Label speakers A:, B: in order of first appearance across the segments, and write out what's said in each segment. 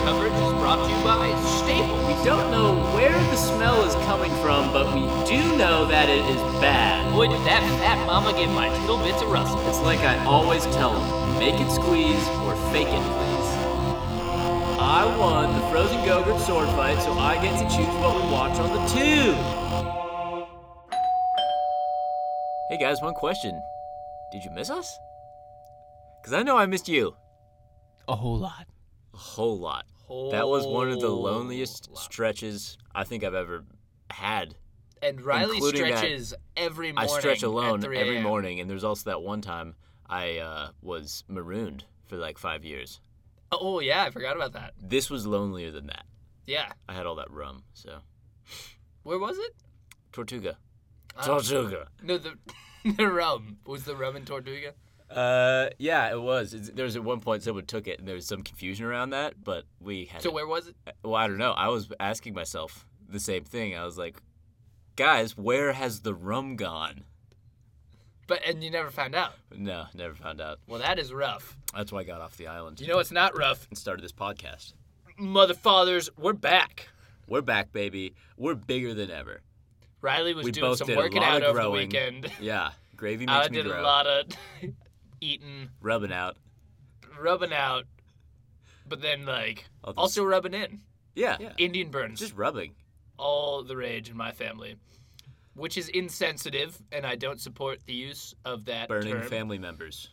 A: brought to you by Staple. We don't know where the smell is coming from, but we do know that it is bad. Boy, did that fat mama give my little bits a rustle. It's like I always tell them make it squeeze or fake it, please. I won the Frozen Gogurt sword fight, so I get to choose what we watch on the tube. Hey guys, one question. Did you miss us? Because I know I missed you
B: A whole lot.
A: a whole lot. That was one of the loneliest
C: Whole lot.
A: stretches I think I've ever had.
C: And Riley
A: including that
C: stretches every
A: I
C: morning.
A: stretch
C: at
A: alone
C: 3
A: every
C: a.m..
A: morning, and there's also that one time I uh, was marooned for like five years.
C: Oh yeah, I forgot about that.
A: This was lonelier than that.
C: Yeah,
A: I had all that rum, so
C: where was it?
A: Tortuga,
C: I don't-
A: Tortuga.
C: No, the the rum was the rum in Tortuga.
A: Uh, yeah, it was. It's, there was at one point someone took it, and there was some confusion around that, but we had.
C: So
A: it.
C: where was it?
A: Well, I don't know. I was asking myself the same thing. I was like, guys, where has the rum gone?
C: But and you never found out.
A: No, never found out.
C: Well, that is rough.
A: That's why I got off the island
C: You know it's not rough,
A: and started this podcast.
C: motherfathers. We're back.
A: We're back, baby. We're bigger than ever.
C: Riley was
A: we
C: doing
A: both
C: some
A: did
C: working
A: a lot
C: out
A: of
C: over the
A: growing.
C: weekend.
A: Yeah, gravy makes
C: I
A: me
C: did a
A: grow.
C: lot of eating,
A: Rubbing out.
C: rubbing out, but then like
A: All this-
C: also rubbing in.
A: Yeah, yeah.
C: Indian burns.
A: just rubbing.
C: all the rage in my family, which is insensitive, and I don't support the use of that
A: Burning
C: term.
A: family members.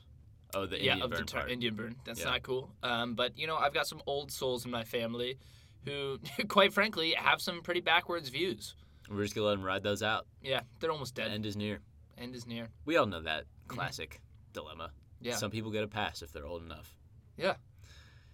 A: Oh, the
C: yeah,
A: Indian
C: of
A: burn
C: the term
A: part. Mm-hmm.
C: Indian burn. That's
A: Yeah.
C: not cool. Um, but you know, I've got some old souls in my family, who, quite frankly, have some pretty backwards views.
A: We're just gonna let him ride those out.
C: Yeah, they're almost
A: The
C: dead.
A: end is near.
C: End is near.
A: We all know that classic dilemma.
C: Mm-hmm. Yeah.
A: Some people get a pass if they're old enough.
C: Yeah.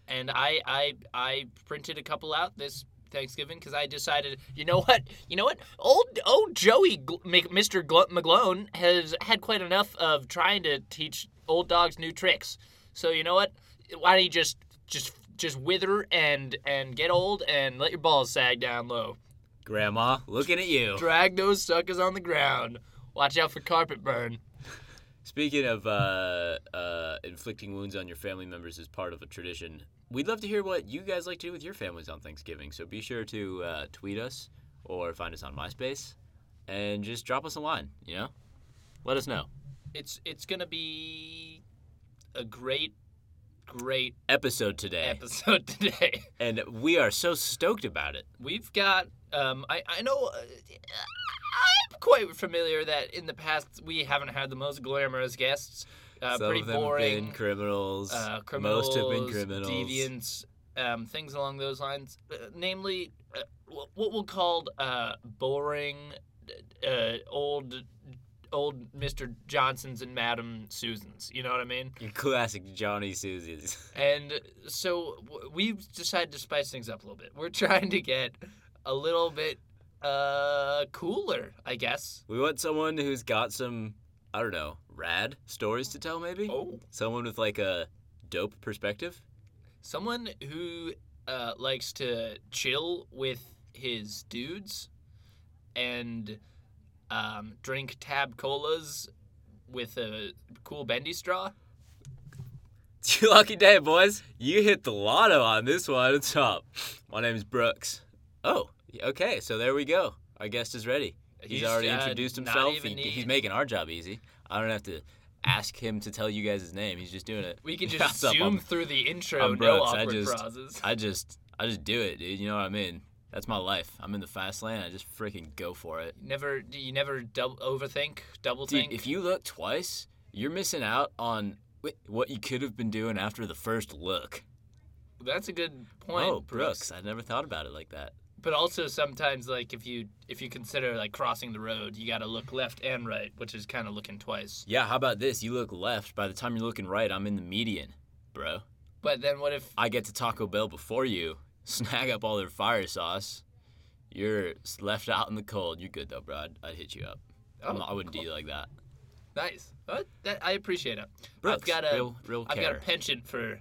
C: And I I I printed a couple out this Thanksgiving because I decided, you know what, you know what, old old Joey Gl- Mc- Mr. Gl- McGlone has had quite enough of trying to teach old dogs new tricks. So you know what, why don't you just just just wither and and get old and let your balls sag down low.
A: Grandma, looking at you.
C: Drag those suckers on the ground. Watch out for carpet burn.
A: Speaking of uh, uh, inflicting wounds on your family members as part of a tradition, we'd love to hear what you guys like to do with your families on Thanksgiving. So be sure to uh, tweet us or find us on MySpace and just drop us a line, you know? Let us know.
C: It's it's gonna be a great great
A: Episode today.
C: episode today.
A: and we are so stoked about it.
C: We've got. Um, I I know. Uh, I'm quite familiar that in the past we haven't had the most glamorous guests. Uh,
A: Some
C: pretty
A: of them have
C: boring.
A: been criminals.
C: uh, criminals.
A: Most have been criminals.
C: Deviants. Um, things along those lines. Uh, namely, uh, wh- what we'll call uh, boring, uh, old, old Mister Johnsons and Madam Susans. You know what I mean?
A: Your classic Johnny Susie's.
C: And so w- we've decided to spice things up a little bit. We're trying to get a little bit uh cooler, I guess.
A: We want someone who's got some, I don't know, rad stories to tell, maybe?
C: Oh,
A: Someone with like a dope perspective.
C: someone who uh, likes to chill with his dudes and um, drink tab colas with a cool bendy straw.
A: It's your lucky day, boys. You hit the lotto on this one. It's up. My name's Brooks. Oh, okay. So there we go. Our guest is ready. He's,
C: He's,
A: already
C: uh,
A: introduced
C: not
A: himself.
C: even
A: He,
C: need-
A: he's making our job easy. I don't have to ask him to tell you guys his name. He's just doing it.
C: We can
A: Yeah,
C: just
A: what's up,
C: zoom
A: I'm-
C: through the intro,
A: I'm
C: no
A: Brooks, I
C: awkward
A: just-
C: pauses.
A: I just, I just do it, dude. You know what I mean? That's my life. I'm in the fast lane. I just freaking go for it.
C: Never, do you never double overthink, double
A: Dude,
C: think?
A: if you look twice, you're missing out on wh- what you could have been doing after the first look.
C: That's a good point,
A: oh,
C: Brooks.
A: Brooks. I never thought about it like that.
C: But also sometimes like if you if you consider like crossing the road, you got to look left and right, which is kind of looking twice.
A: Yeah, how about this? You look left. By the time you're looking right, I'm in the median, bro.
C: But then what if
A: I get to Taco Bell before you, snag up all their fire sauce. You're s- left out in the cold. You're good though, bro. I'd, I'd hit you up. I'm
C: Oh,
A: not- I wouldn't do you like that.
C: nice? What? That, I appreciate it.
A: Brooks,
C: I've got a
A: real- real
C: have got
A: care.
C: a penchant for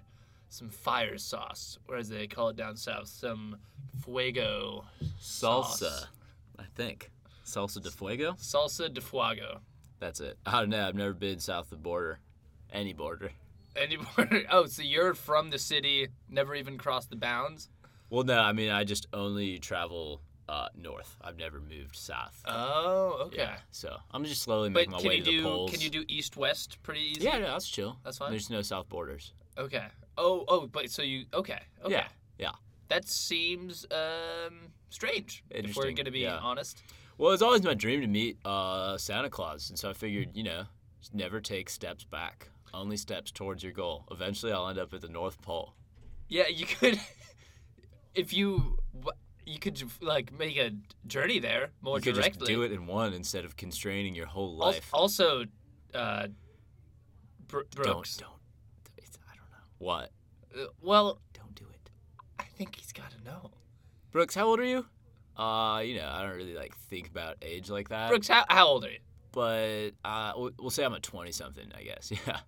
C: some fire sauce, or as they call it down south, some fuego
A: Salsa,
C: sauce.
A: I think. Salsa de fuego.
C: salsa de fuego.
A: That's it. I don't know. I've never been south of the border, any border.
C: Any more? Oh, so you're from the city, never even crossed the bounds.
A: Well, no, I mean I just only travel uh, north. I've never moved south.
C: Oh, okay.
A: Yeah, so I'm just slowly
C: But
A: making my
C: can
A: way
C: you
A: to the
C: do
A: polls.
C: can you do east west pretty easy?
A: Yeah, no, that's chill.
C: That's fine.
A: There's no south borders.
C: Okay. Oh, oh, but so you okay? Okay.
A: Yeah, yeah.
C: That seems um strange. If we're
A: Interesting,
C: gonna be
A: yeah.
C: honest.
A: Well, it's always my dream to meet uh, Santa Claus, and so I figured, you know, just never take steps back, only steps towards your goal. Eventually, I'll end up at the North Pole.
C: Yeah, you could. If you wh- you could like make a journey there more
A: you could
C: directly.
A: just do it in one instead of constraining your whole
C: Al-
A: life.
C: Also, uh, Br-
A: don't,
C: Brooks.
A: don't. It's, I don't know what.
C: Uh, well,
A: Don't do it.
C: I think he's got to know.
A: Brooks, how old are you? Uh, you know, I don't really like think about age like that.
C: Brooks, how, how old are you?
A: but uh, we'll, we'll say I'm a twenty something, I guess. Yeah.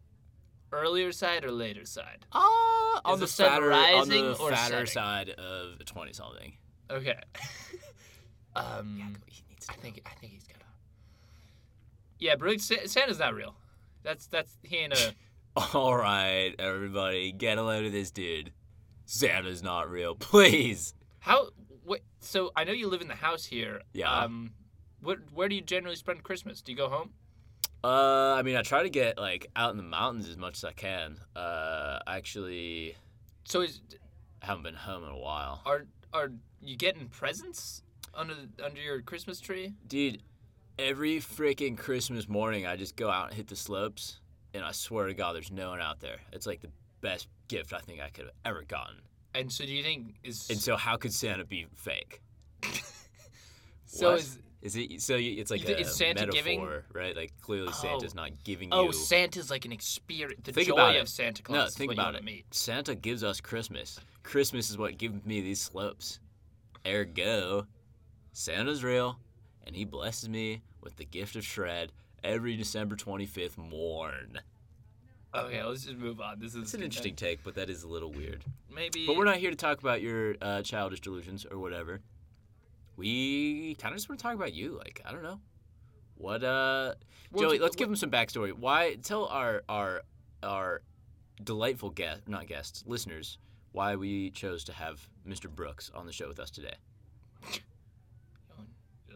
C: Earlier side or later side?
A: Uh, on
C: Is
A: the
C: the sun
A: fatter, on
C: rising
A: the
C: or
A: fatter
C: setting?
A: side of twenty something.
C: Okay. um,
A: He needs
C: I think I think he's got to. Yeah, Brooks, Sa- Santa's not real. That's that's he ain't a.
A: All right, everybody, get a load of this dude. Santa's not real, please.
C: How? What? So I know you live in the house here.
A: Yeah.
C: Um, what? Where do you generally spend Christmas? Do you go home?
A: Uh, I mean, I try to get like out in the mountains as much as I can. Uh, actually,
C: So is
A: I haven't been home in a while,
C: are are you getting presents under under your Christmas tree?
A: dude. Every freaking Christmas morning, I just go out and hit the slopes, and I swear to God, there's no one out there. It's like the best gift I think I could have ever gotten.
C: And so do you think is
A: And so, how could Santa be fake?
C: so
A: what?
C: is
A: Is it so? you- It's like
C: You thi-
A: a
C: is Santa
A: metaphor,
C: giving?
A: right? Like clearly, Santa's not giving you.
C: oh Santa's like an experience. The
A: Think
C: joy
A: about
C: of
A: it.
C: Santa Claus.
A: No,
C: is
A: think
C: what you
A: about
C: wanna
A: it.
C: meet.
A: Santa gives us Christmas. Christmas is what gives me these slopes. Ergo, Santa's real, and he blesses me with the gift of shred every December 25th morn.
C: Okay, let's just move on. This is
A: It's an interesting take, but that is a little weird.
C: Maybe.
A: But we're not here to talk about your uh, childish delusions or whatever. We kind of just want to talk about you. Like, I don't know. What, uh,
C: Well,
A: Joey,
C: d-
A: let's give him some backstory. Why, tell our, our, our delightful guest, not guests, listeners, why we chose to have Mr. Brooks on the show with us today.
C: Oh,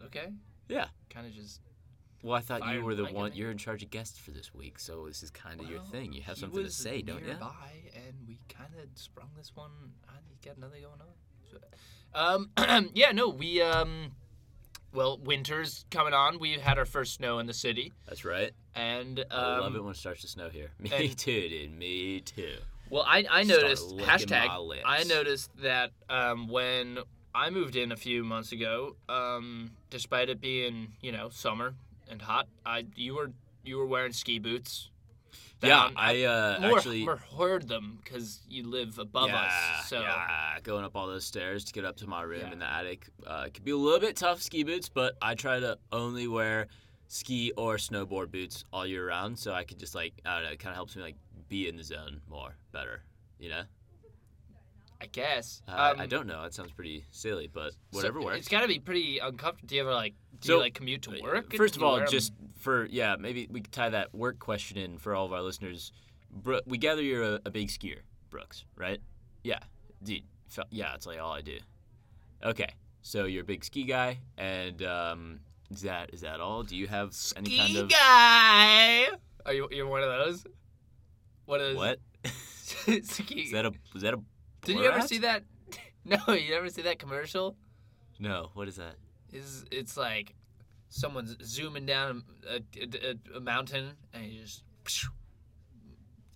C: Okay.
A: Yeah.
C: Kind of just.
A: Well, I thought
C: Fired
A: you were the
C: blanket
A: one,
C: me.
A: you're in charge of guests for this week, so this is kind of your
C: well,
A: thing. You have
C: he
A: something to
C: was
A: say, don't you?
C: nearby, and we kind of sprung this one. I got another going on. So- um, yeah, no, we um, well, winter's coming on. We had our first snow in the city,
A: That's right.
C: and um,
A: I love it when it starts to snow here. Me
C: and-
A: too, dude. Me too.
C: Well, I, I
A: Start
C: noticed
A: licking my
C: hashtag.
A: lips.
C: I noticed that um, when I moved in a few months ago, um, despite it being you know summer and hot, I you were you were wearing ski boots.
A: Yeah,
C: Down-
A: I uh,
C: more,
A: actually.
C: more heard them because you live above us. So
A: yeah, going up all those stairs to get up to my room
C: Yeah.
A: in the attic uh, it could be a little bit tough ski boots, but I try to only wear ski or snowboard boots all year round, so I could just like I don't know, it kind of helps me like be in the zone more, better, you know.
C: I guess
A: Uh, I
C: um,
A: don't know. That sounds pretty silly, but
C: so
A: whatever
C: It's
A: works.
C: gotta be pretty uncomfortable. Do you ever like do
A: So, uh,
C: you like commute to work?
A: First
C: Do
A: of
C: you
A: all,
C: wear 'em?
A: just for yeah, maybe we could tie that work question in for all of our listeners. Bro- we gather you're a, a big skier, Brooks, right? Yeah, dude. fe- Yeah, it's like all I do. Okay, so you're a big ski guy, and um, is that is that all? Do you have any kind
C: Ski
A: of
C: guy. Are you you're one of those? What is
A: what?
C: ski?
A: Is that a is that a?
C: Did you ever
A: Borat?
C: see that? No, you ever see that commercial?
A: No. What is that?
C: Is it's like someone's zooming down a, a- a- a mountain and he just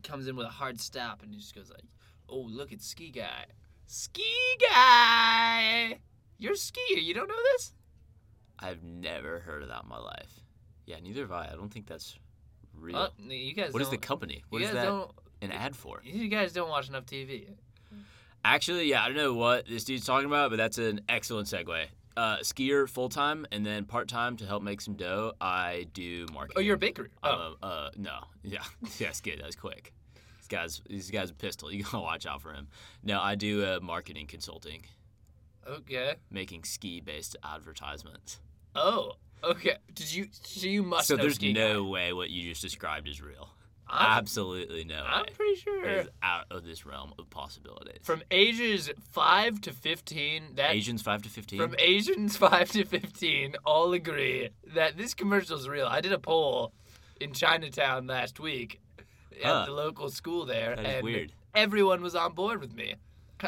C: comes in with a hard stop and he just goes like, "Oh, look at ski guy, ski guy, you're a skier. You don't know this?
A: I've never heard of that in my life. Yeah, neither have I. I don't think that's real.
C: Oh, you guys.
A: what is the
C: don't-
A: company? What
C: you
A: is
C: guys
A: that
C: Don't,
A: an ad for?
C: you guys don't watch enough TV.
A: Actually, yeah, I don't know what this dude's talking about, but that's an excellent segue. Uh, skier full time and then part time to help make some dough. I do marketing.
C: Oh, you're a baker. Oh,
A: Um, uh, no, yeah, that's good. That's quick. This guy's this guy's a pistol. You gotta watch out for him. No, I do uh, marketing consulting,
C: okay.
A: making ski based advertisements.
C: Oh, okay. Did you? So you must
A: so
C: know
A: there's
C: ski guy.
A: no way what you just described is real.
C: I'm,
A: Absolutely no
C: I'm
A: way.
C: pretty sure.
A: It is out of this realm of possibilities.
C: From ages five to fifteen, that
A: Asians five to fifteen.
C: from Asians five to fifteen all agree that this commercial is real. I did a poll in Chinatown last week at
A: Huh.
C: the local school there,
A: That is
C: and
A: weird.
C: everyone was on board with me.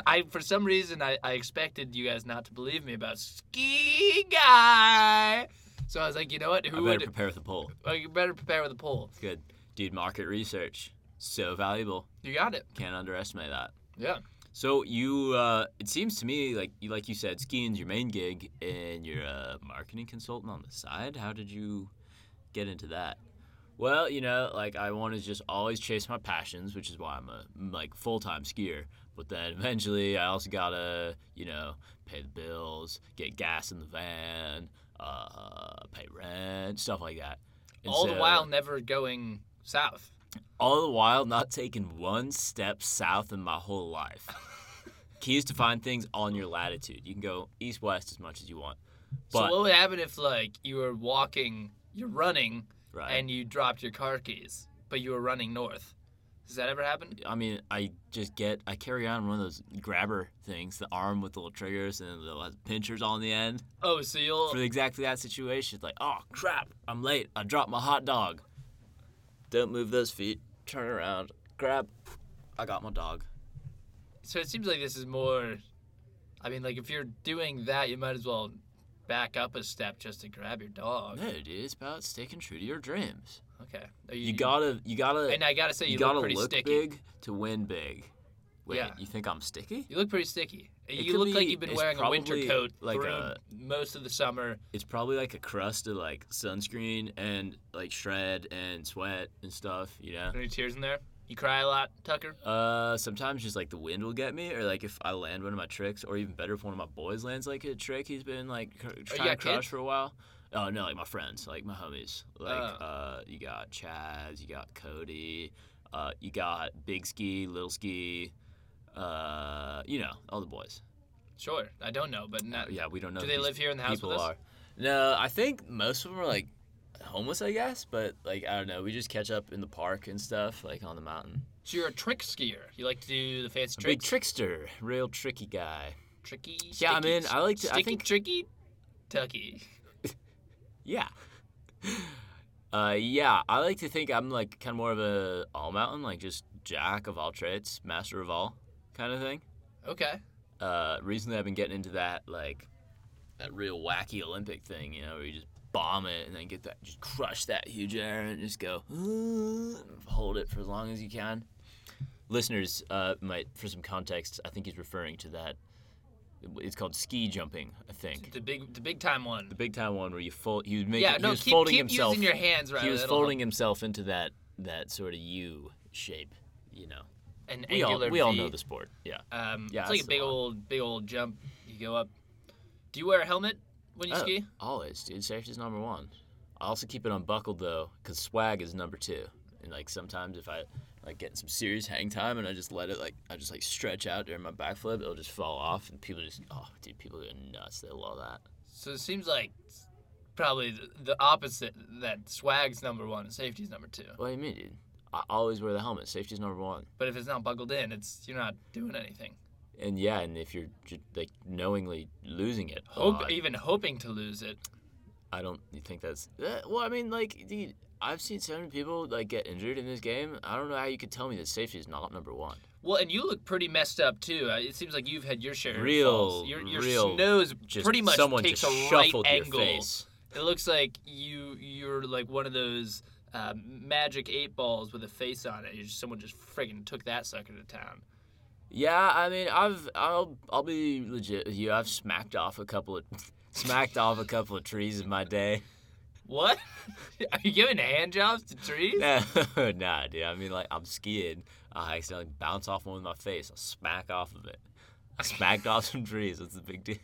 C: I for some reason I, I expected you guys not to believe me about ski guy. So I was like, you know what?
A: I
C: Who
A: better
C: would
A: prepare with a poll.
C: well, you better prepare with a poll.
A: Good, dude. Market research so valuable.
C: You got it.
A: Can't underestimate that.
C: Yeah.
A: So you, uh, it seems to me like you, like you said, skiing's your main gig, and you're a marketing consultant on the side. How did you get into that? Well, you know, like I want to just always chase my passions, which is why I'm a like full time skier. But then eventually, I also gotta, you know, pay the bills, get gas in the van, uh, pay rent, stuff like that. And
C: all the
A: so-
C: while never going south.
A: all the while not taking one step south in my whole life. Keys to find things on your latitude. You can go east west as much as you want. But
C: so what would happen if like you were walking, you're running,
A: right.
C: and you dropped your car keys, but you were running north? Does that ever happen?
A: I mean, I just get I carry on one of those grabber things, the arm with the little triggers and the little pinchers on the end
C: Oh, so you'll
A: for exactly that situation. It's like, oh crap, I'm late. I dropped my hot dog. Don't move those feet. Turn around. Grab. I got my dog.
C: so it seems like this is more. I mean, like if you're doing that, you might as well back up a step just to grab your dog.
A: No, dude, it's about sticking true to your dreams.
C: Okay. Are
A: You gotta, you gotta.
C: And I gotta say, you,
A: you, gotta
C: look
A: look,
C: pretty sticky.
A: big to win big. Wait,
C: Yeah.
A: you think I'm sticky?
C: You look pretty sticky.
A: could
C: You look like
A: be-
C: you've been
A: it's
C: wearing a winter
A: probably
C: coat
A: like
C: through
A: a-
C: most of the summer.
A: It's probably like a crust of like sunscreen and like shred and sweat and stuff, you know.
C: Any tears in there? You cry a lot, Tucker?
A: Uh, sometimes just like the wind will get me, or like if I land one of my tricks, or even better if one of my boys lands like a trick he's been like cr- trying to
C: Oh, got
A: crush
C: kids?
A: for a while. Oh no, like my friends, like my homies. Like
C: Oh.
A: uh, you got Chaz, you got Cody, uh, you got Big Ski, Little Ski, uh, you know all the boys.
C: Sure. I don't know, but not,
A: Oh, Yeah, we don't know.
C: Do
A: who
C: they
A: these
C: live here in the house
A: people
C: with us?
A: Are. No, I think most of them are like homeless, I guess. But like I don't know, we just catch up in the park and stuff, like on the mountain.
C: So you're a trick skier. You like to do the fancy
A: A
C: tricks.
A: Big trickster, real tricky guy.
C: tricky.
A: Yeah, I
C: sticky,
A: mean, I like to- I
C: Sticky,
A: think-
C: tricky, tucky.
A: Yeah. Uh, yeah, I like to think I'm like kind of more of a all mountain, like just jack of all trades, master of all kind of thing.
C: Okay.
A: Uh, recently I've been getting into that like that real wacky Olympic thing, you know, where you just bomb it and then get that, just crush that huge air and just go "Ooh," and hold it for as long as you can. Listeners uh, might, for some context, I think he's referring to that. It's called ski jumping, I think.
C: The big, the big time one.
A: The big time one where you fold. He was making.
C: yeah.
A: he
C: No.
A: was
C: Keep,
A: folding
C: keep
A: himself.
C: using your hands. Right.
A: he was folding himself into that that sort of U shape. You know.
C: an
A: We all,
C: angular
A: we all
C: V.
A: know the sport. Yeah.
C: Um,
A: Yeah,
C: It's like
A: that's
C: a
A: the
C: big
A: one.
C: old, big old jump. You go up. Do you wear a helmet when you
A: Oh,
C: ski?
A: Always, dude. Safety's number one. I also keep it unbuckled though, cause swag is number two. And like sometimes if I like get some serious hang time and I just let it like I just like stretch out during my backflip, it'll just fall off and people just oh dude, people go nuts. They love that.
C: So it seems like it's probably the, the opposite. That swag's number one, and safety's number two.
A: What do you mean, dude? I always wear the helmet. Safety's number one.
C: But if it's not buckled in, it's you're not doing anything.
A: And yeah, and if you're ju- like knowingly losing it, a
C: Hope
A: lot,
C: even hoping to lose it.
A: I don't think that's eh, well. I mean, like dude, I've seen so many people like get injured in this game. I don't know how you could tell me that safety is not number one.
C: Well, and you look pretty messed up too. Uh, It seems like you've had your share of
A: Real-
C: falls. Your, your
A: real-
C: nose pretty much
A: someone
C: takes
A: just
C: a right
A: shuffled your
C: angle.
A: face.
C: It looks like you you're like one of those uh, magic eight balls with a face on it. You're just, someone just friggin' took that sucker to town.
A: Yeah, I mean, I've I'll I'll be legit with you. I've smacked off a couple of smacked off a couple of trees in my day.
C: What? Are you giving hand jobs to trees?
A: No, nah, dude. I mean, like I'm skiing. I accidentally bounce off one with my face. I smack off of it. I smacked off some trees. What's the big deal?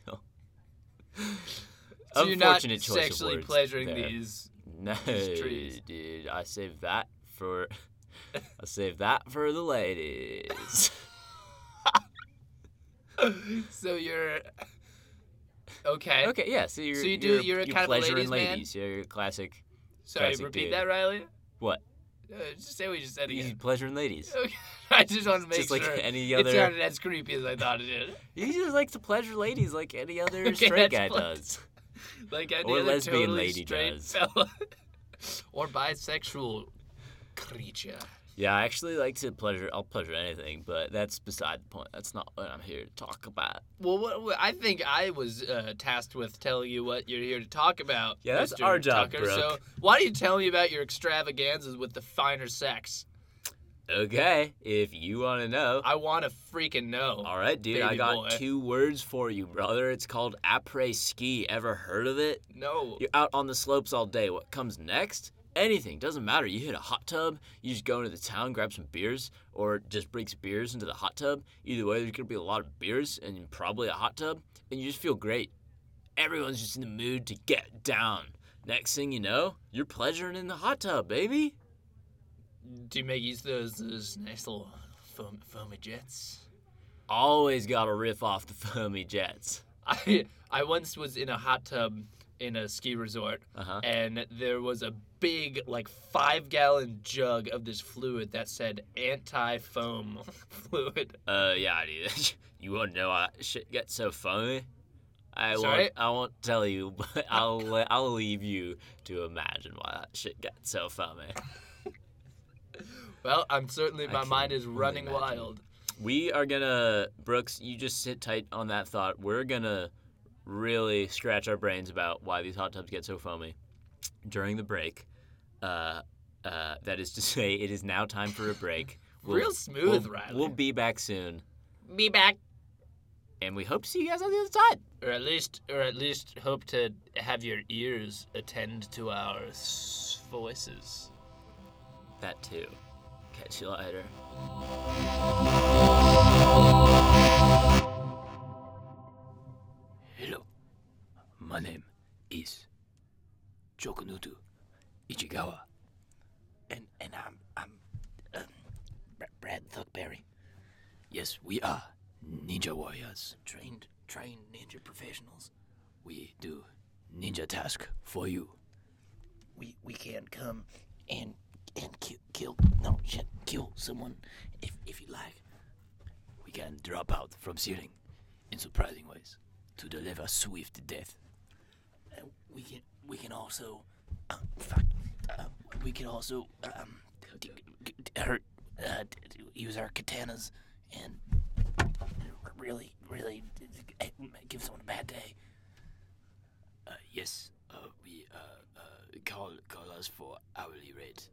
C: so you're not
A: Unfortunate choice of
C: sexually
A: words
C: pleasuring
A: there.
C: these.
A: No,
C: These trees.
A: dude. I saved that for. I saved that for the ladies.
C: So you're okay.
A: okay, yeah. So you're
C: So you do-
A: you're,
C: you're a
A: you're
C: kind of a
A: pleasuring
C: ladies' man?
A: ladies. You're a classic.
C: Sorry,
A: classic
C: repeat
A: dude.
C: that, Riley.
A: What?
C: No, just say what you said
A: Easy
C: again.
A: pleasure in ladies.
C: Okay. I just want to make
A: Just like
C: sure
A: any
C: it
A: other-
C: sounded as creepy as I thought it did.
A: He just likes to pleasure ladies like any other
C: Okay,
A: straight guy
C: that's what-
A: does.
C: Like any
A: Or
C: other
A: lesbian
C: totally
A: lady
C: straight
A: does.
C: fella. or bisexual creature.
A: Yeah, I actually like to pleasure. I'll pleasure anything, but that's beside the point. That's not what I'm here to talk about.
C: Well, what, what- I think I was uh, tasked with telling you what you're here to talk about.
A: Yeah, that's
C: Mr.
A: our job,
C: Tucker, So
A: Brooke.
C: why don't you tell me about your extravaganzas with the finer sex?
A: Okay, if you want to know.
C: I want to freaking know.
A: All right, dude, I
C: baby
A: got
C: boy.
A: two words for you, brother. It's called après ski. Ever heard of it?
C: No.
A: You're out on the slopes all day. What comes next? Anything. Doesn't matter. You hit a hot tub, you just go into the town, grab some beers, or just bring some beers into the hot tub. Either way, there's going to be a lot of beers and probably a hot tub, and you just feel great. Everyone's just in the mood to get down. Next thing you know, you're pleasuring in the hot tub, baby.
C: Do you make use of those, those nice little foam, foamy jets?
A: Always got to riff off the foamy jets.
C: I I once was in a hot tub in a ski resort,
A: Uh-huh.
C: and there was a big like five gallon jug of this fluid that said anti foam fluid.
A: Uh, yeah, dude. you want to know how shit gets so funny? I
C: Sorry?
A: won't. I won't tell you, but I'll le- I'll leave you to imagine why that shit gets so funny.
C: Well, I'm certainly my
A: can
C: mind is
A: only
C: running
A: imagine.
C: wild.
A: We are gonna Brooks. You just sit tight on that thought. We're gonna really scratch our brains about why these hot tubs get so foamy during the break. Uh, uh, that is to say, it is now time for a break.
C: Real smooth,
A: we'll,
C: Riley.
A: We'll be back soon,
C: Be back,
A: and we hope to see you guys on the other side.
C: or at least, or at least hope to have your ears attend to our s- voices.
A: That too. Catch you later.
D: Hello. My name is Jokunutu Ichigawa. And and I'm I'm um, Br- Brad Thugberry. Yes, we are ninja warriors. Trained trained ninja professionals. We do ninja task for you. We we can come and and kill kill no shit kill someone if if you like. We can drop out from ceiling in surprising ways to deliver swift death. And we can we can also uh, fuck, uh, we can also um, d- d- d- hurt uh, d- d- use our katanas and really really d- d- eh, give someone a bad day. Uh, yes, uh, we uh, uh, call call us for hourly rate.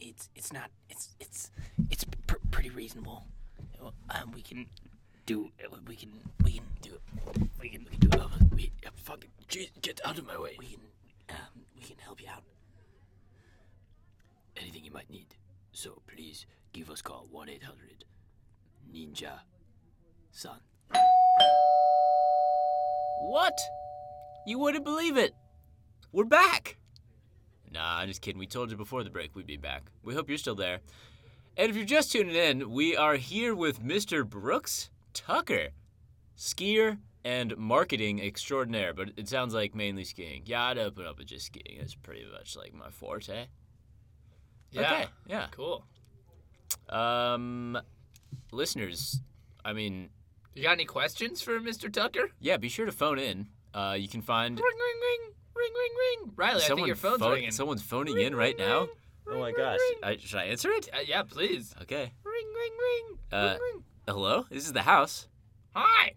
D: It's it's not it's it's it's pr- pretty reasonable. Um, we can do we can we can do we can, we can do it. We uh, fuck jeez, get out of my way. We can um, we can help you out. Anything you might need. So please give us call one eight hundred Ninja Son.
A: What? You wouldn't believe it. We're back. Nah, I'm just kidding. We told you before the break we'd be back. We hope you're still there. And if you're just tuning in, we are here with Mr. Brooks Tucker, skier and marketing extraordinaire, but it sounds like mainly skiing. Yeah, I'd open up with just skiing. That's pretty much like my forte.
C: Yeah,
A: Okay, yeah.
C: cool.
A: Um, listeners, I mean,
C: You got any questions for Mr. Tucker?
A: yeah, be sure to phone in. Uh, you can find
C: Ring, ring, ring, ring, ring, ring. Riley, I think your phone's
A: phone-
C: ringing.
A: Someone's phoning in right now. oh my gosh! I, should I answer it?
C: Uh, yeah, please.
A: Okay.
C: Ring, ring, ring,
A: Uh,
C: ring, ring.
A: Hello. This is the house.
C: Hi.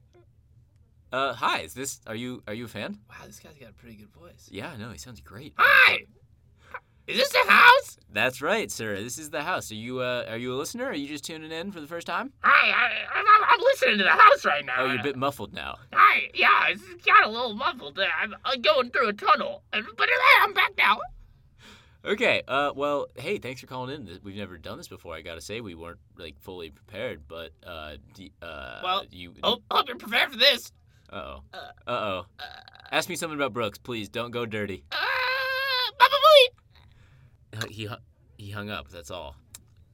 A: Uh, hi. Is this? Are you? Are you a fan?
C: Wow, this guy's got a pretty good voice.
A: Yeah. No. He sounds great.
C: Hi. Is this the house?
A: That's right, sir. This is the house. Are you? Uh, are you a listener? Are you just tuning in for the first time?
C: Hi, I, I'm, I'm listening to the house right now.
A: Oh, you're a bit muffled now.
C: Hi, yeah, it's got a little muffled. Uh, I'm, I'm going through a tunnel, and, but uh, I'm back now.
A: Okay. Uh, well, hey, thanks for calling in. We've never done this before. I gotta say, we weren't like fully prepared, but uh, d- uh,
C: Well,
A: you.
C: Oh, hope you're prepared for this.
A: Uh oh. Uh oh. Ask me something about Brooks, please. Don't go dirty.
C: Uh, bye, bye, bye.
A: Uh, he hu- he hung up. That's all.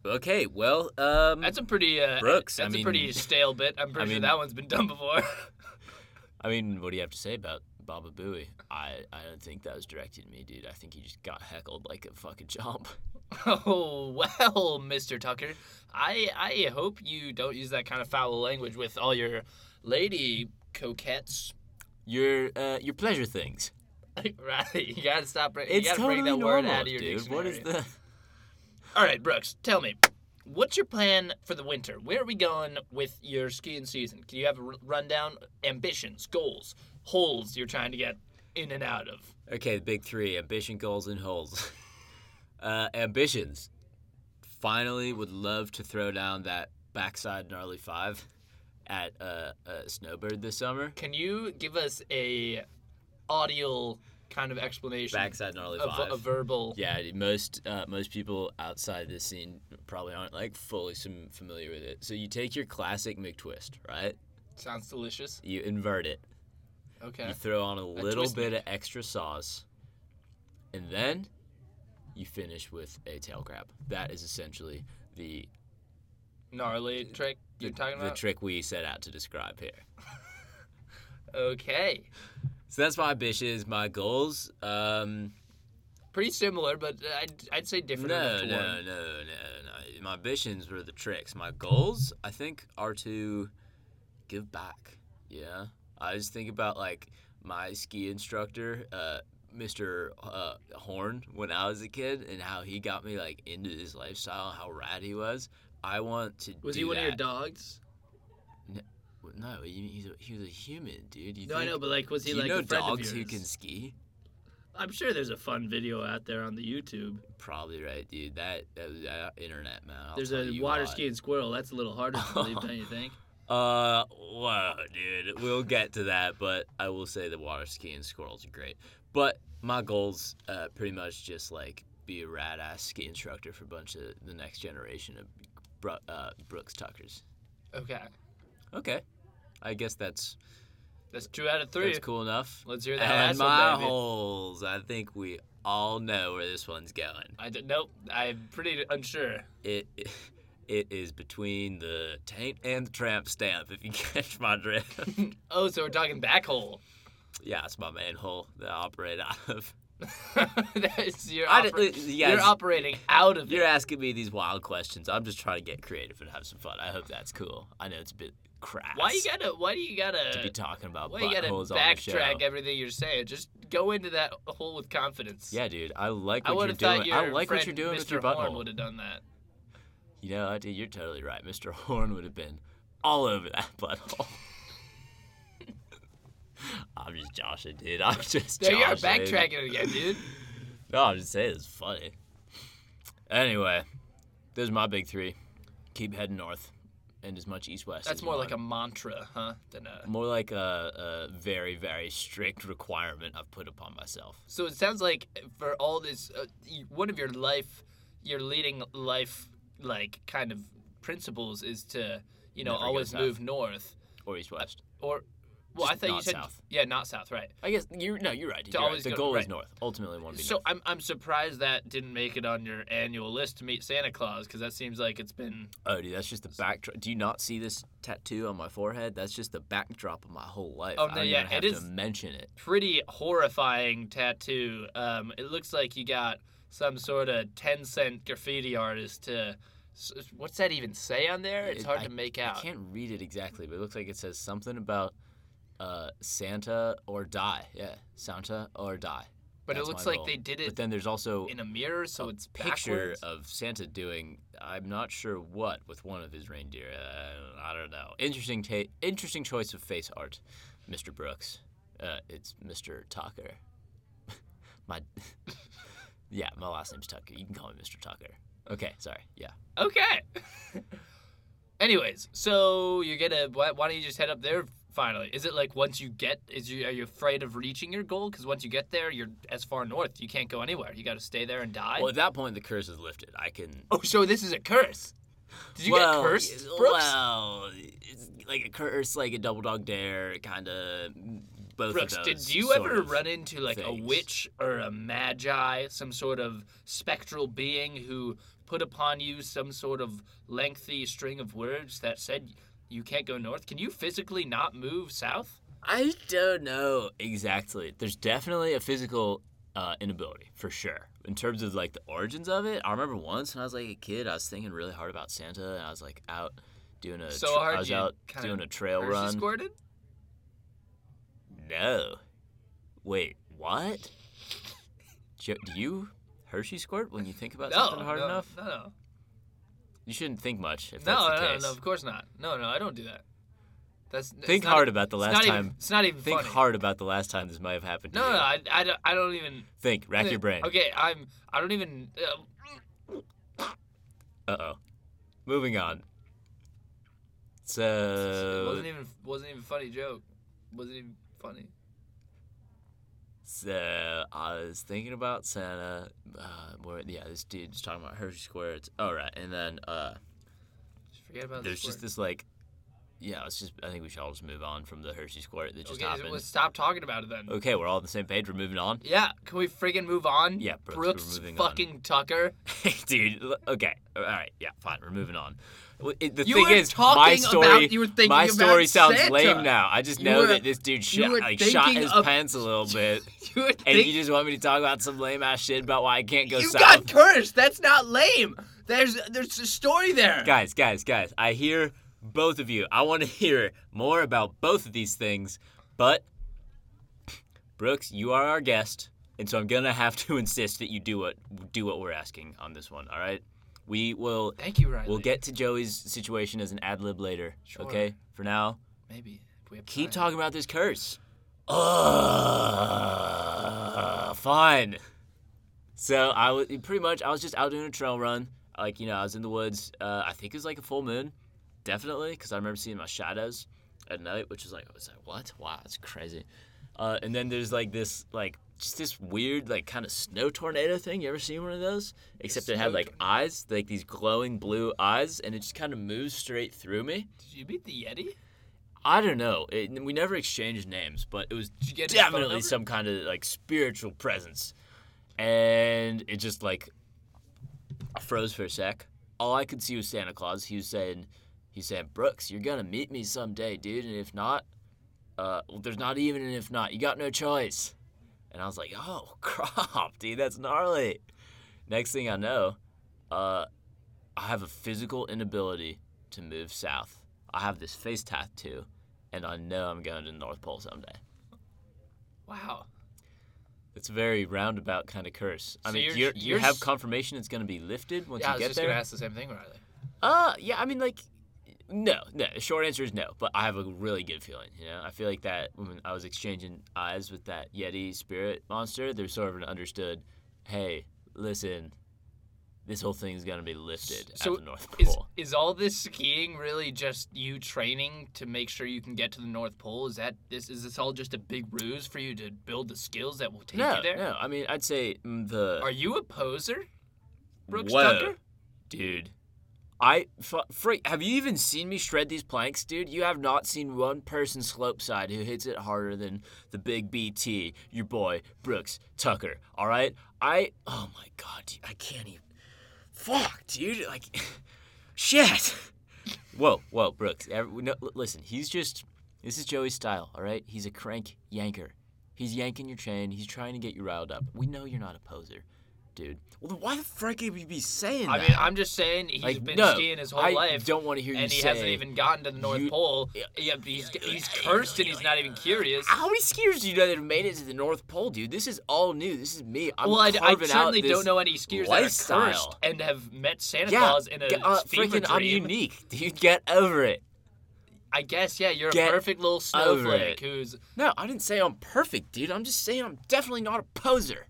A: Okay, well, um,
C: That's a pretty uh,
A: Brooks, I
C: That's
A: mean-
C: a pretty stale bit. I'm pretty
A: mean-
C: sure that one's been done before.
A: I mean, what do you have to say about Baba Booey. I, I don't think that was directed at me, dude. I think he just got heckled like a fucking chump.
C: Oh well, Mr. Tucker, I I hope you don't use that kind of foul language with all your lady coquettes.
A: Your uh, your pleasure things.
C: right, you gotta stop. Bring, you
A: It's
C: gotta
A: totally
C: break that
A: normal,
C: word out of your
A: dude.
C: dictionary.
A: What is the?
C: All right, Brooks, tell me, what's your plan for the winter? Where are we going with your skiing season? Can you have a r- rundown? Ambitions, goals, holes you're trying to get in and out of.
A: Okay, the big three: ambition, goals, and holes. uh, ambitions. Finally, would love to throw down that backside gnarly five at uh, uh, Snowbird this summer.
C: Can you give us a audio kind of explanation?
A: Backside gnarly
C: a,
A: five.
C: v- a verbal.
A: Yeah, dude, most uh, most people outside this scene probably aren't like fully some familiar with it. So you take your classic McTwist, right?
C: Sounds delicious.
A: You invert it.
C: Okay.
A: You throw on a little
C: twist
A: bit of extra sauce, and then you finish with a tail crab. That is essentially the
C: Gnarly trick
A: the,
C: you're talking
A: the
C: about?
A: trick we set out to describe here.
C: okay.
A: So that's my ambitions, my goals. Um,
C: Pretty similar, but I'd, I'd say different.
A: No,
C: enough to
A: no, no,
C: warrant-
A: no, no. My ambitions were the tricks. My goals, I think, are to give back. Yeah, I just think about like my ski instructor, uh, Mr. Uh, Horn, when I was a kid, and how he got me like into this lifestyle, how rad he was. I want to.
D: Was
A: do
D: he one of your
A: that.
D: dogs?
A: No, he, he's a, he was a human, dude. You
D: No, I
A: think-
D: know, but like, was
A: do
D: he
A: you
D: like
A: know
D: a friend
A: dogs
D: of
A: who
D: yours?
A: can ski?
D: I'm sure there's a fun video out there on the YouTube.
A: Probably right, dude. That that was uh, internet man. I'll
D: there's
A: tell
D: a
A: you
D: water
A: what.
D: skiing squirrel. That's a little harder to believe, don't you think?
A: Uh, wow, dude. We'll get to that, but I will say the water skiing squirrels are great. But my goals, uh, pretty much just like be a rad ass ski instructor for a bunch of the next generation of Bru- uh, Brooks Tuckers.
C: Okay.
A: Okay, I guess that's
C: That's two out of three.
A: that's cool enough.
C: Let's hear that
A: And
C: last one,
A: my
C: baby.
A: holes. I think we all know where this one's going.
C: I d- nope. I'm pretty unsure.
A: It. it is between the taint and the tramp stamp, if you catch my drift.
C: Oh, so we're talking back hole.
A: yeah, it's my manhole that I operate out of.
C: That's your.
A: I d-
C: oper-
A: uh, yeah,
C: You're
A: it's-
C: operating out of
A: You're
C: it.
A: asking me these wild questions. I'm just trying to get creative and have some fun. I hope that's cool. I know it's a bit crass.
C: Why you gotta? Why do you gotta?
A: to be talking about
C: why you gotta
A: buttholes on the show?
C: backtrack everything you're saying? Just go into that hole with confidence.
A: Yeah, dude. I like
C: I
A: what
C: would
A: you're
C: have thought
A: doing.
C: your
A: I like
C: friend,
A: what you're doing
C: Mr.
A: with your
C: Horn
A: butthole.
C: would have done that.
A: You know, what, dude, you're totally right. Mr. Horn would have been all over that butthole. I'm just joshing, dude. I'm just
C: So
A: joshing.
C: you are backtracking again, dude.
A: No, I'm just saying it's funny. Anyway, those are my big three. Keep heading north, and as much east west.
C: That's more like a mantra, huh? Than a.
A: more like a, a very very strict requirement I've put upon myself.
C: So it sounds like for all this, uh, y- one of your life, your leading life, like kind of principles is to, you know,
A: Never go
C: always
A: south.
C: move north.
A: Or east west.
C: Or, well, I
A: Just
C: thought you
A: not
C: said
A: south.
C: yeah, not south, right?
A: I guess you no, you're right. dude,
C: To
A: you're right.
C: always
A: The
C: go-
A: goal
C: right.
A: is north. Ultimately, want to be
C: So
A: north.
C: I'm I'm surprised that didn't make it on your annual list to meet Santa Claus because that seems like it's been
A: Oh, dude, that's just the backdrop. Do you not see this tattoo on my forehead? That's just the backdrop of my whole life.
C: Oh,
A: I
C: no,
A: don't
C: yeah,
A: even have
C: it
A: to
C: is-
A: mention it.
C: pretty horrifying tattoo. Um, it looks like you got some sort of ten cent graffiti artist to. s- What's that even say on there? It's
A: It-
C: hard
A: I-
C: to make out.
A: I can't read it exactly, but it looks like it says something about uh, Santa or die. Yeah, Santa or die.
C: But it
A: That's
C: looks
A: my
C: like
A: goal.
C: they did it
A: But then there's also
C: in a mirror, so it's
A: picture
C: backwards.
A: of Santa doing I'm not sure what with one of his reindeer. Uh, I don't know. Interesting ta- interesting choice of face art, Mr. Brooks. Uh, it's Mr. Tucker. my yeah, my last name's Tucker. You can call me Mr. Tucker. Okay, sorry. Yeah.
C: Okay. Anyways, so you're gonna why, why don't you just head up there finally? Is it like once you get is you are you afraid of reaching your goal? Because once you get there, you're as far north you can't go anywhere. You got to stay there and die.
A: Well, at that point, the curse is lifted. I can.
C: Oh, so this is a curse. Did you
A: well,
C: get cursed,
A: y-
C: Brooks?
A: Well, it's like a curse, like a double dog dare, kind of. Both
C: Brooks,
A: of those
C: did you
A: sort
C: ever
A: of-
C: run into like a
A: things.
C: witch or a magi, some sort of spectral being who put upon you some sort of lengthy string of words that said you can't go north? Can you physically not move south?
A: I don't know exactly. There's definitely a physical uh, inability for sure. In terms of like the origins of it, I remember once when I was like a kid, I was thinking really hard about Santa, and I was like out doing a
C: So
A: tra-
C: hard
A: I was
C: you
A: out
C: kinda
A: doing a trail
C: Hershey
A: run.
C: squirted?
A: No. Wait, what? Jo- do you Hershey squirt when you think about
C: No,
A: something hard
C: no,
A: enough?
C: No, no,
A: You shouldn't think much if that's
C: no,
A: the
C: no,
A: case.
C: no, Of course not. No, no, I don't do that. That's it's
A: Think
C: not
A: hard
C: e-
A: about the
C: it's
A: last
C: not even-
A: time.
C: it's not even
A: Think
C: funny.
A: hard about the last time this might have happened. To
C: No,
A: you.
C: no, no, I, I, don't- I don't even.
A: Think, rack your brain.
C: Okay, I'm. I don't even. Uh,
A: Uh oh. Moving on. So, Uh,
C: wasn't even. Wasn't even funny joke. Wasn't even funny.
A: so I was thinking about Santa. Uh, where, yeah, this dude was talking about Hershey squirts. All right, and then uh,
C: Just forget about
A: there's
C: the
A: just
C: squirt.
A: this like, yeah, it's just. I think we should all just move on from the Hershey squirt that just
C: okay,
A: happened.
C: let's stop talking about it then.
A: Okay, we're all on the same page. We're moving on.
C: Yeah, can we friggin' move on?
A: Yeah, Brooks, we're
C: Brooks
A: moving on.
C: fucking Tucker.
A: Dude, l- okay, all right, yeah, fine. We're moving on. Well, it- the
C: You
A: thing
C: were
A: is, my
C: talking
A: story,
C: about- you were thinking
A: my
C: about
A: story sounds
C: Santa.
A: lame now. I just
C: You
A: know
C: were-
A: that this dude
C: you
A: shot,
C: were
A: like, shot
C: thinking
A: his
C: of-
A: pants a little bit.
C: You would
A: And
C: think
A: you just want me to talk about some lame ass shit about why I can't go
C: you
A: south?
C: got cursed. That's not lame. There's there's a story there.
A: guys, guys, guys, I hear both of you. I want to hear more about both of these things, but Brooks, you are our guest, and so I'm gonna have to insist that you do what do what we're asking on this one. All right, we will
C: Thank you, Riley.
A: we'll get to Joey's situation as an ad lib later.
C: Sure.
A: Okay, for now,
C: maybe if we have
A: keep
C: time.
A: talking about this curse. Uh, fine. So I was pretty much I was just out doing a trail run. Like you know, I was in the woods. Uh, I think it was like a full moon, definitely, because I remember seeing my shadows at night, which was like, I was like, what? Wow, that's crazy. Uh, and then there's like this, like just this weird, like kind of snow tornado thing. You ever seen one of those? Except it
C: snow
A: had like
C: tornado.
A: eyes, like these glowing blue eyes, and it just kind of moves straight through me.
C: Did you beat the Yeti?
A: I don't know. It, we never exchanged names, but it was
C: you get his phone
A: definitely
C: number?
A: some kind of like spiritual presence. And it just like I froze for a sec. All I could see was Santa Claus. He was saying, "He said, Brooks, you're gonna meet me someday, dude. And if not, uh, well, there's not even an if not. You got no choice." And I was like, "Oh crap, dude, that's gnarly." Next thing I know, uh, I have a physical inability to move south. I have this face tattoo, and I know I'm going to the North Pole someday.
C: Wow.
A: It's a very roundabout kind of curse. I
C: So
A: mean,
C: you're-
A: you're, you
C: you're
A: have
C: s-
A: confirmation it's going to be lifted once
C: Yeah, I
A: you
C: was
A: get
C: just
A: there.
C: gonna ask the same thing, Riley.
A: Uh, yeah. I mean, like, no, no. The short answer is no. But I have a really good feeling. You know, I feel like that when I was exchanging eyes with that Yeti spirit monster, there's sort of an understood, hey, listen, this whole thing's going to be lifted
C: So
A: at the North
C: Is
A: Pole.
C: is all this skiing really just you training to make sure you can get to the North Pole? Is that this is this all just a big ruse for you to build the skills that will take
A: no,
C: you there?
A: no. I mean, I'd say mm, the
C: Are you a poser? Brooks
A: Whoa,
C: Tucker?
A: dude. I f- freak. Have you even seen me shred these planks, dude? You have not seen one person slopeside who hits it harder than the big BT, your boy Brooks Tucker. All right, I. Oh my god, dude, I can't even. Fuck, dude. Like, shit. Whoa, whoa, Brooks. Every, no, l- listen, he's just. This is Joey's style, all right? He's a crank yanker. He's yanking your chain. He's trying to get you riled up. We know you're not a poser, dude. Well, then why the frick would you be saying
C: I
A: that?
C: mean, I'm just saying he's
A: Like,
C: been
A: no,
C: skiing his whole
A: I
C: life.
A: don't wanna hear you
C: And he
A: say-
C: hasn't even gotten to the North
A: You-
C: Pole. Yeah, but he's, he's cursed and he's not even curious.
A: How many skiers do you know that have made it to the North Pole, dude? This is all new. This is me. I'm
C: well, I, I
A: carving out
C: certainly
A: this
C: don't know any skiers
A: lifestyle.
C: that are cursed and have met Santa
A: Yeah,
C: Claus in a
A: get- uh,
C: fever
A: freaking, I'm
C: dream.
A: unique. Dude, get over it.
C: I guess, yeah, you're
A: Get
C: a perfect little
A: over
C: snowflake
A: it.
C: who's
A: No, I didn't say I'm perfect, dude. I'm just saying I'm definitely not a poser.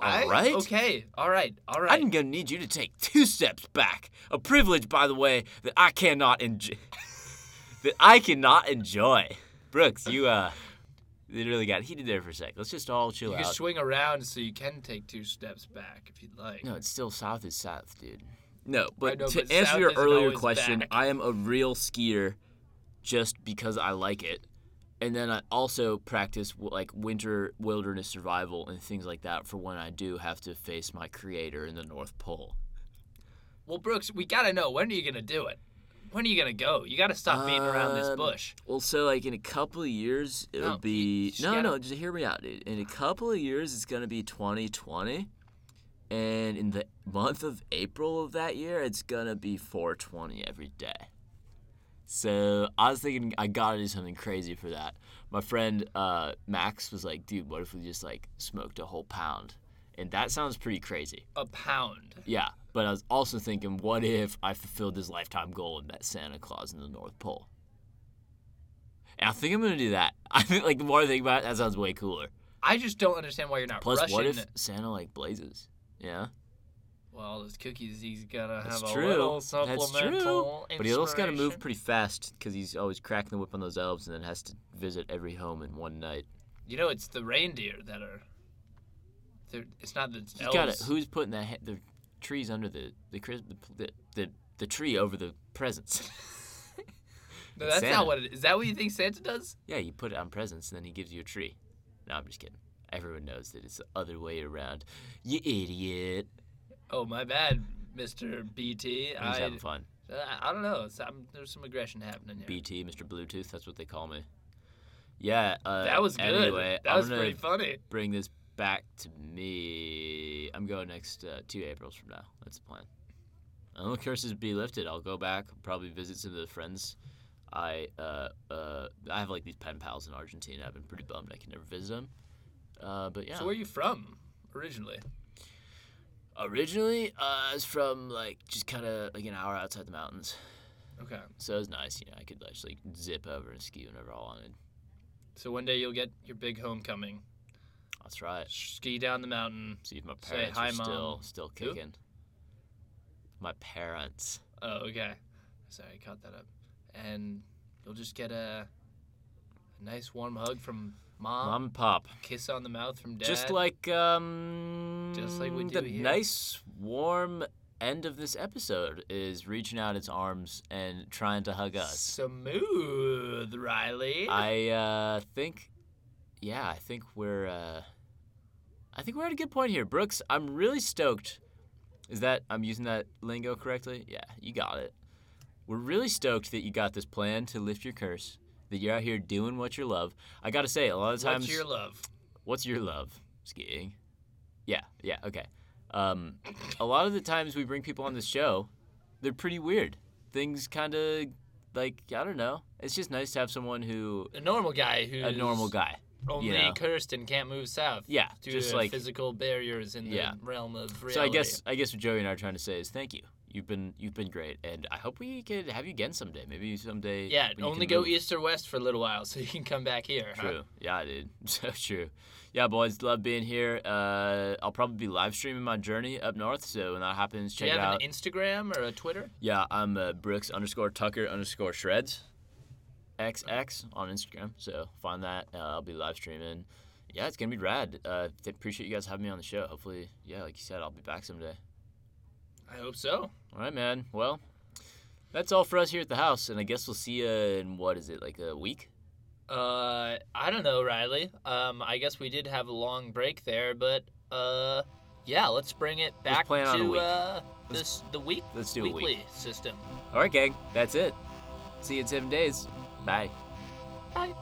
A: All right.
C: I- Okay. All right. All right.
A: I'm gonna need you to take two steps back. A privilege, by the way, that I cannot enjoy. that I cannot enjoy. Brooks, you uh, it really got heated there for a sec. Let's just all chill
C: you
A: out.
C: can swing around so you can take two steps back if you'd like.
A: No, it's still south is south, dude. No, but
C: know,
A: to
C: but
A: answer
C: south
A: your
C: isn't
A: earlier
C: always
A: question,
C: back.
A: I am a real skier just because I like it. And then I also practice w- like winter wilderness survival and things like that for when I do have to face my creator in the North Pole.
C: Well, Brooks, we gotta know when are you gonna do it? When are you gonna go? You got to stop beating around this
A: Um,
C: bush.
A: Well, so like in a couple of years, it'll
C: No, Oh, you
A: be
C: just
A: no,
C: gotta-
A: no. Just hear me out. dude. In a couple of years, it's gonna be 2020, and in the month of April of that year, it's gonna be 420 every day. So I was thinking I gotta do something crazy for that. My friend uh, Max was like, "Dude, what if we just like smoked a whole pound?" And that sounds pretty crazy.
C: A pound.
A: Yeah, but I was also thinking, what if I fulfilled his lifetime goal and met Santa Claus in the North Pole? And I think I'm gonna do that. I think like the more I think about it, that sounds way cooler.
C: I just don't understand why you're not
A: Plus,
C: rushing.
A: what if Santa like blazes? Yeah,
C: Well, those cookies, he's gonna
A: that's
C: have a
A: true.
C: little
A: That's true.
C: supplemental
A: But he also gotta move
C: inspiration.
A: pretty fast because he's always cracking the whip on those elves and then has to visit every home in one night.
C: You know, it's the reindeer that are. They're, it's not the
A: You
C: elves.
A: got it. Who's putting the he- the trees under the the Chris- the the, the, the tree over the presents?
C: no, that's
A: Santa.
C: not what it is. Is that what you think Santa does?
A: Yeah, you put it on presents and then he gives you a tree. No, I'm just kidding. Everyone knows that it's the other way around. You idiot.
C: Oh, my bad, Mister BT.
A: I'm just
C: I, uh,
A: having fun.
C: I I don't know. It's, I'm, there's some aggression happening here.
A: BT, Mr. Bluetooth, that's what they call me. Yeah, uh,
C: that was good.
A: Anyway,
C: that
A: I'm
C: was
A: gonna
C: pretty funny.
A: bring this back to me. I'm going next uh, two Aprils from now. That's the plan. Until curses be lifted, I'll go back, probably visit some of the friends. I uh, uh, I have like these pen pals in Argentina. I've been pretty bummed I can never visit them. Uh, but yeah.
C: So where are you from originally?
A: Originally, uh, I was from like just kind of like an hour outside the mountains,
C: Okay.
A: so it was nice. You know, I could just like zip over and ski whenever I wanted.
C: So one day you'll get your big homecoming.
A: I'll try it.
C: Ski down the mountain.
A: See if my
C: Say
A: parents
C: hi,
A: are still
C: Mom.
A: still
C: Who?
A: kicking. My parents.
C: Oh, okay. Sorry, I caught that up. And you'll just get a, a nice warm hug from mom,
A: Mom and Pop.
C: kiss on the mouth from dad.
A: Just like um.
C: Just like we
A: the
C: do here.
A: nice warm end of this episode is reaching out its arms and trying to hug us.
C: smooth, Riley.
A: I uh, think, yeah, I think we're, uh, I think we're at a good point here, Brooks. I'm really stoked. Is that I'm using that lingo correctly? Yeah, you got it. We're really stoked that you got this plan to lift your curse. That you're out here doing what you love. I gotta say, a lot of times,
C: What's your love?
A: what's your love? Skiing. Yeah, yeah, okay. Um, a lot of the times we bring people on the show, they're pretty weird. Things kind of like I don't know. It's just nice to have someone who
C: A normal guy who's
A: a normal guy.
C: only
A: know.
C: cursed and can't move south.
A: Yeah,
C: due
A: just
C: to
A: like-
C: physical barriers in
A: Yeah.
C: the realm of reality.
A: So I guess I guess what Joey and I are trying to say is thank you. You've been you've been great, and I hope we could have you again someday. Maybe someday.
C: Yeah,
A: when you
C: only
A: can
C: go
A: move.
C: east or west for a little while, so you can come back here. huh?
A: True. Yeah, dude. So true. Yeah, boys, love being here. Uh, I'll probably be live streaming my journey up north. So when that happens,
C: Do you
A: check it
C: have
A: out.
C: an Instagram or a Twitter?
A: yeah, I'm uh, Brooks underscore Tucker underscore Shreds, XX on Instagram. So find that. Uh, I'll be live streaming. Yeah, it's gonna be rad. Uh, th- appreciate you guys having me on the show. Hopefully, yeah, like you said, I'll be back someday.
C: I hope so.
A: All right, man. Well, that's all for us here at the house, and I guess we'll see you in what is it, like a week?
C: Uh, I don't know, Riley. Um, I guess we did have a long break there, but uh, yeah, let's bring it back
A: plan
C: to
A: on a week.
C: uh this the week
A: let's do a week.
C: weekly system.
A: All right, gang. That's it. See you in seven days. Bye.
C: Bye.